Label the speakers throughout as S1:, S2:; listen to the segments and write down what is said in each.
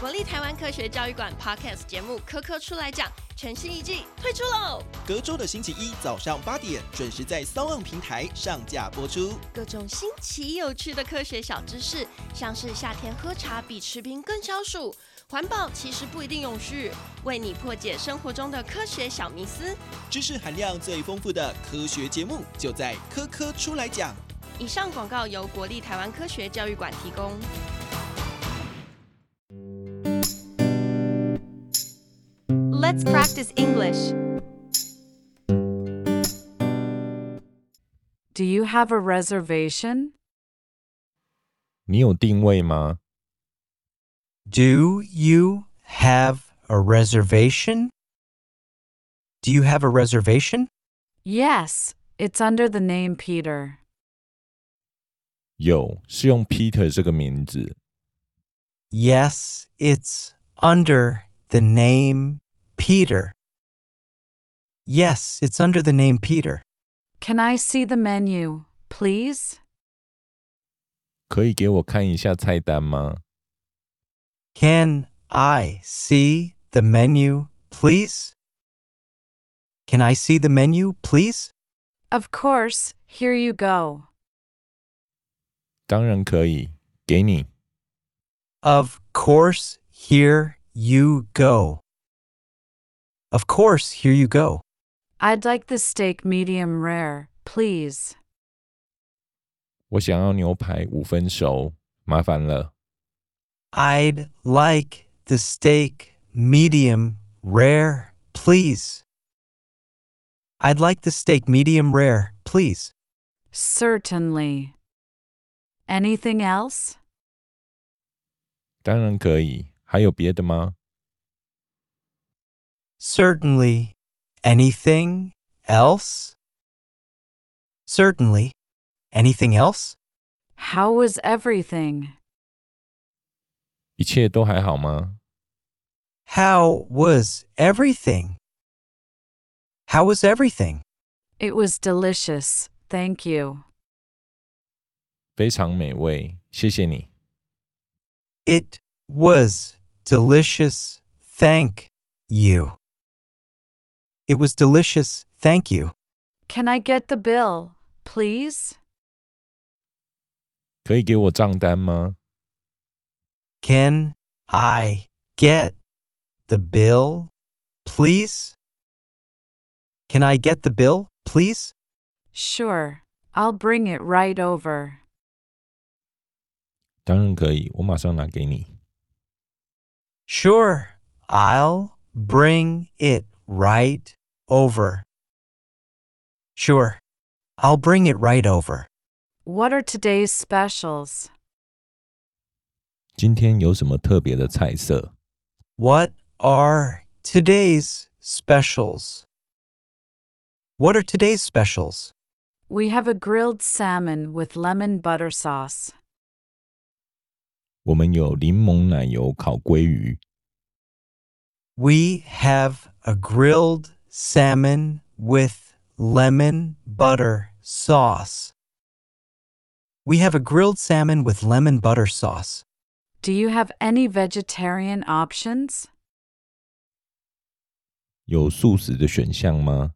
S1: 国立台湾科学教育馆 Podcast 节目《科科出来讲》全新一季推出喽！
S2: 隔周的星期一早上八点准时在骚浪平台上架播出。
S1: 各种新奇有趣的科学小知识，像是夏天喝茶比吃冰更消暑，环保其实不一定永续，为你破解生活中的科学小迷思。
S2: 知识含量最丰富的科学节目就在《科科出来讲》。
S1: 以上广告由国立台湾科学教育馆提供。
S3: Let's practice English.
S4: Do you have a reservation?
S5: 你有定位吗？
S6: Do you have a reservation? Do you have a reservation?
S4: Yes, it's under the name Peter.
S5: 有，是用 Peter 这个名字。
S6: Yes, it's under the name Peter. Yes, it's under the name Peter.
S4: Can I see the menu, please?
S5: 可以给我看一下菜单吗？
S6: Can I see the menu, please? Can I see the menu, please?
S4: Of course, here you go.
S5: 当然可以，给你。
S6: Of course, here you go. Of course, here you go.
S4: I'd like the steak medium rare, please.
S5: 我想要牛排五分熟，麻烦了。
S6: I'd like the steak medium rare, please. I'd like the steak medium rare, please.
S4: Certainly. Anything else?
S5: 当然可以，还有别的吗？
S6: Certainly. Anything else? Certainly. Anything else?
S4: How was everything?
S5: 一切都还好吗？
S6: How was everything? How was everything?
S4: It was delicious, thank you.
S5: 非常美味，谢谢你。
S6: It was delicious. Thank you. It was delicious. Thank you.
S4: Can I get the bill, please?
S5: 可以给我账单吗？
S6: Can I get the bill, please? Can I get the bill, please?
S4: Sure, I'll bring it right over.
S5: 当然可以，我马上拿给你。
S6: Sure, I'll bring it right over. Sure, I'll bring it right over.
S4: What are today's specials?
S5: 今天有什么特别的菜色？
S6: What are today's specials? What are today's specials?
S4: We have a grilled salmon with lemon butter sauce.
S5: 我们有柠檬奶油烤鲑鱼，
S6: We have a grilled salmon with lemon butter sauce. We have a grilled salmon with lemon butter sauce.
S4: Do you have any vegetarian options?
S5: 有素食的选项吗？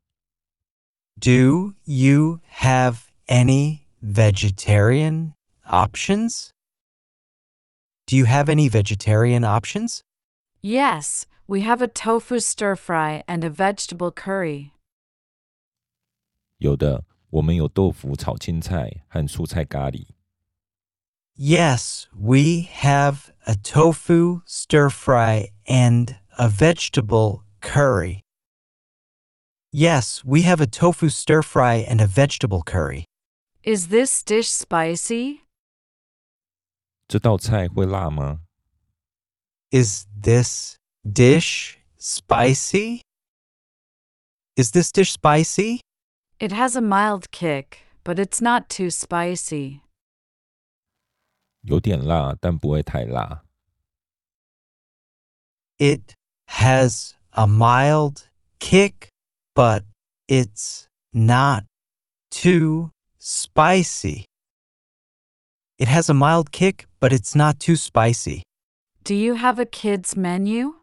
S6: Do you have any vegetarian options? Do you have any vegetarian options?
S4: Yes, we have a tofu stir fry and a vegetable curry.
S5: 有的，我们有豆腐炒青菜和蔬菜咖喱。
S6: Yes, we have a tofu stir fry and a vegetable curry. Yes, we have a tofu stir fry and a vegetable curry.
S4: Is this dish spicy?
S5: 这道菜会辣吗？
S6: Is this dish spicy? Is this dish spicy?
S4: It has a mild kick, but it's not too spicy.
S5: 有点辣，但不会太辣。
S6: It has a mild kick, but it's not too spicy. It has a mild kick, but it's not too spicy.
S4: Do you have a kids menu?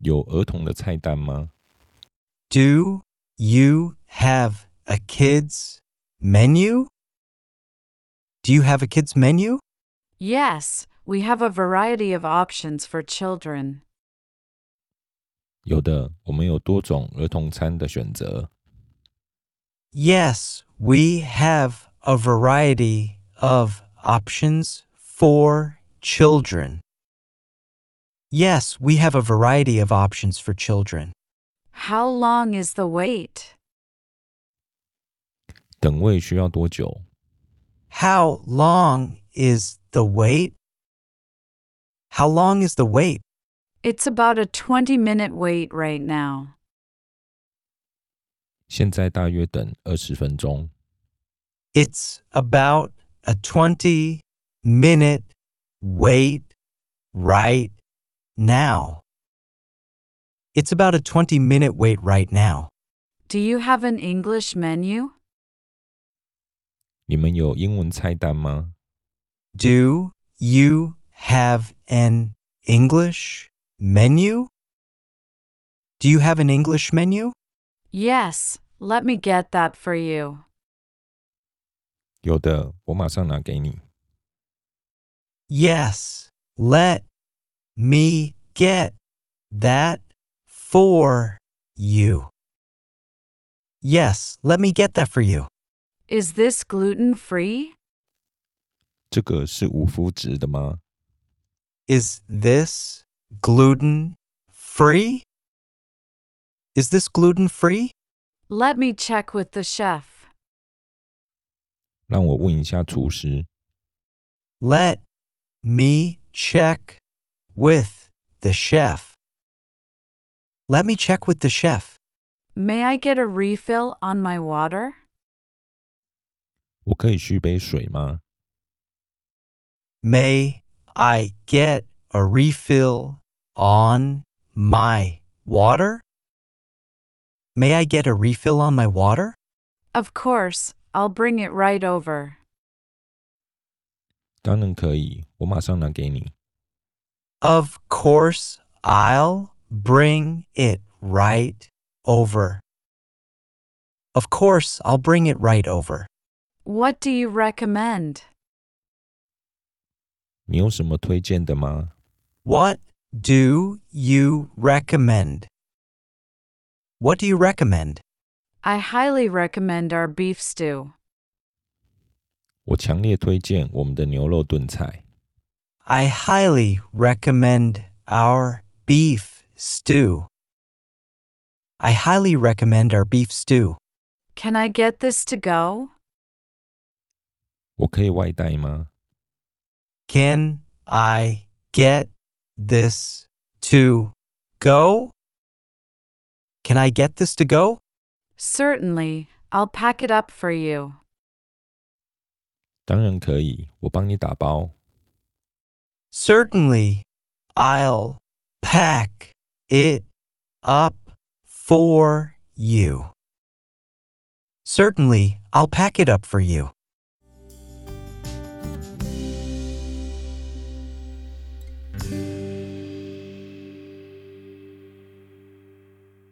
S5: 有儿童的菜单吗？
S6: Do you have a kids menu? Do you have a kids menu?
S4: Yes, we have a variety of options for children.
S5: 有的，我们有多种儿童餐的选择。
S6: Yes, we have a variety of options for children. Yes, we have a variety of options for children.
S4: How long is the wait?
S5: 等位需要多久？
S6: How long is the wait? How long is the wait?
S4: It's about a 20 minute wait right now.
S5: 现在大约等二十分钟。
S6: It's about a 20 minute wait right now. It's about a 20 minute wait right now.
S4: Do you have an English menu?
S5: 你们有英文菜单吗？
S6: Do you have an English menu? Do you have an English menu?
S4: Yes, let me get that for you.
S5: 有的，我马上拿给你。
S6: Yes. Let me get that for you. Yes, let me get that for you.
S4: Is this gluten free?
S5: 这个是无麸质的吗？
S6: Is this gluten free? Is this gluten free?
S4: Let me check with the chef.
S5: 让我问一下厨师。
S6: Let me check with the chef. Let me check with the chef.
S4: May I get a refill on my water?
S5: 我可以续杯水吗？
S6: May I get a refill on my water? May I get a refill on my water?
S4: Of course, I'll bring it right over.
S5: 当然可以，我马上拿给你。
S6: Of course, I'll bring it right over. Of course, I'll bring it right over.
S4: What do you recommend?
S5: 你有什么推荐的吗？
S6: What do you recommend? What do you recommend?
S4: I highly recommend our beef stew.
S5: 我强烈推荐我们的牛肉炖菜。
S6: I highly recommend our beef stew. I highly recommend our beef stew.
S4: Can I get this to go?
S5: 我可以外带吗？
S6: Can I get this to go? Can I get this to go?
S4: Certainly, I'll pack it up for you.
S5: 当然可以，我帮你打包。
S6: Certainly. I'll pack it up for you. Certainly, I'll pack it up for you.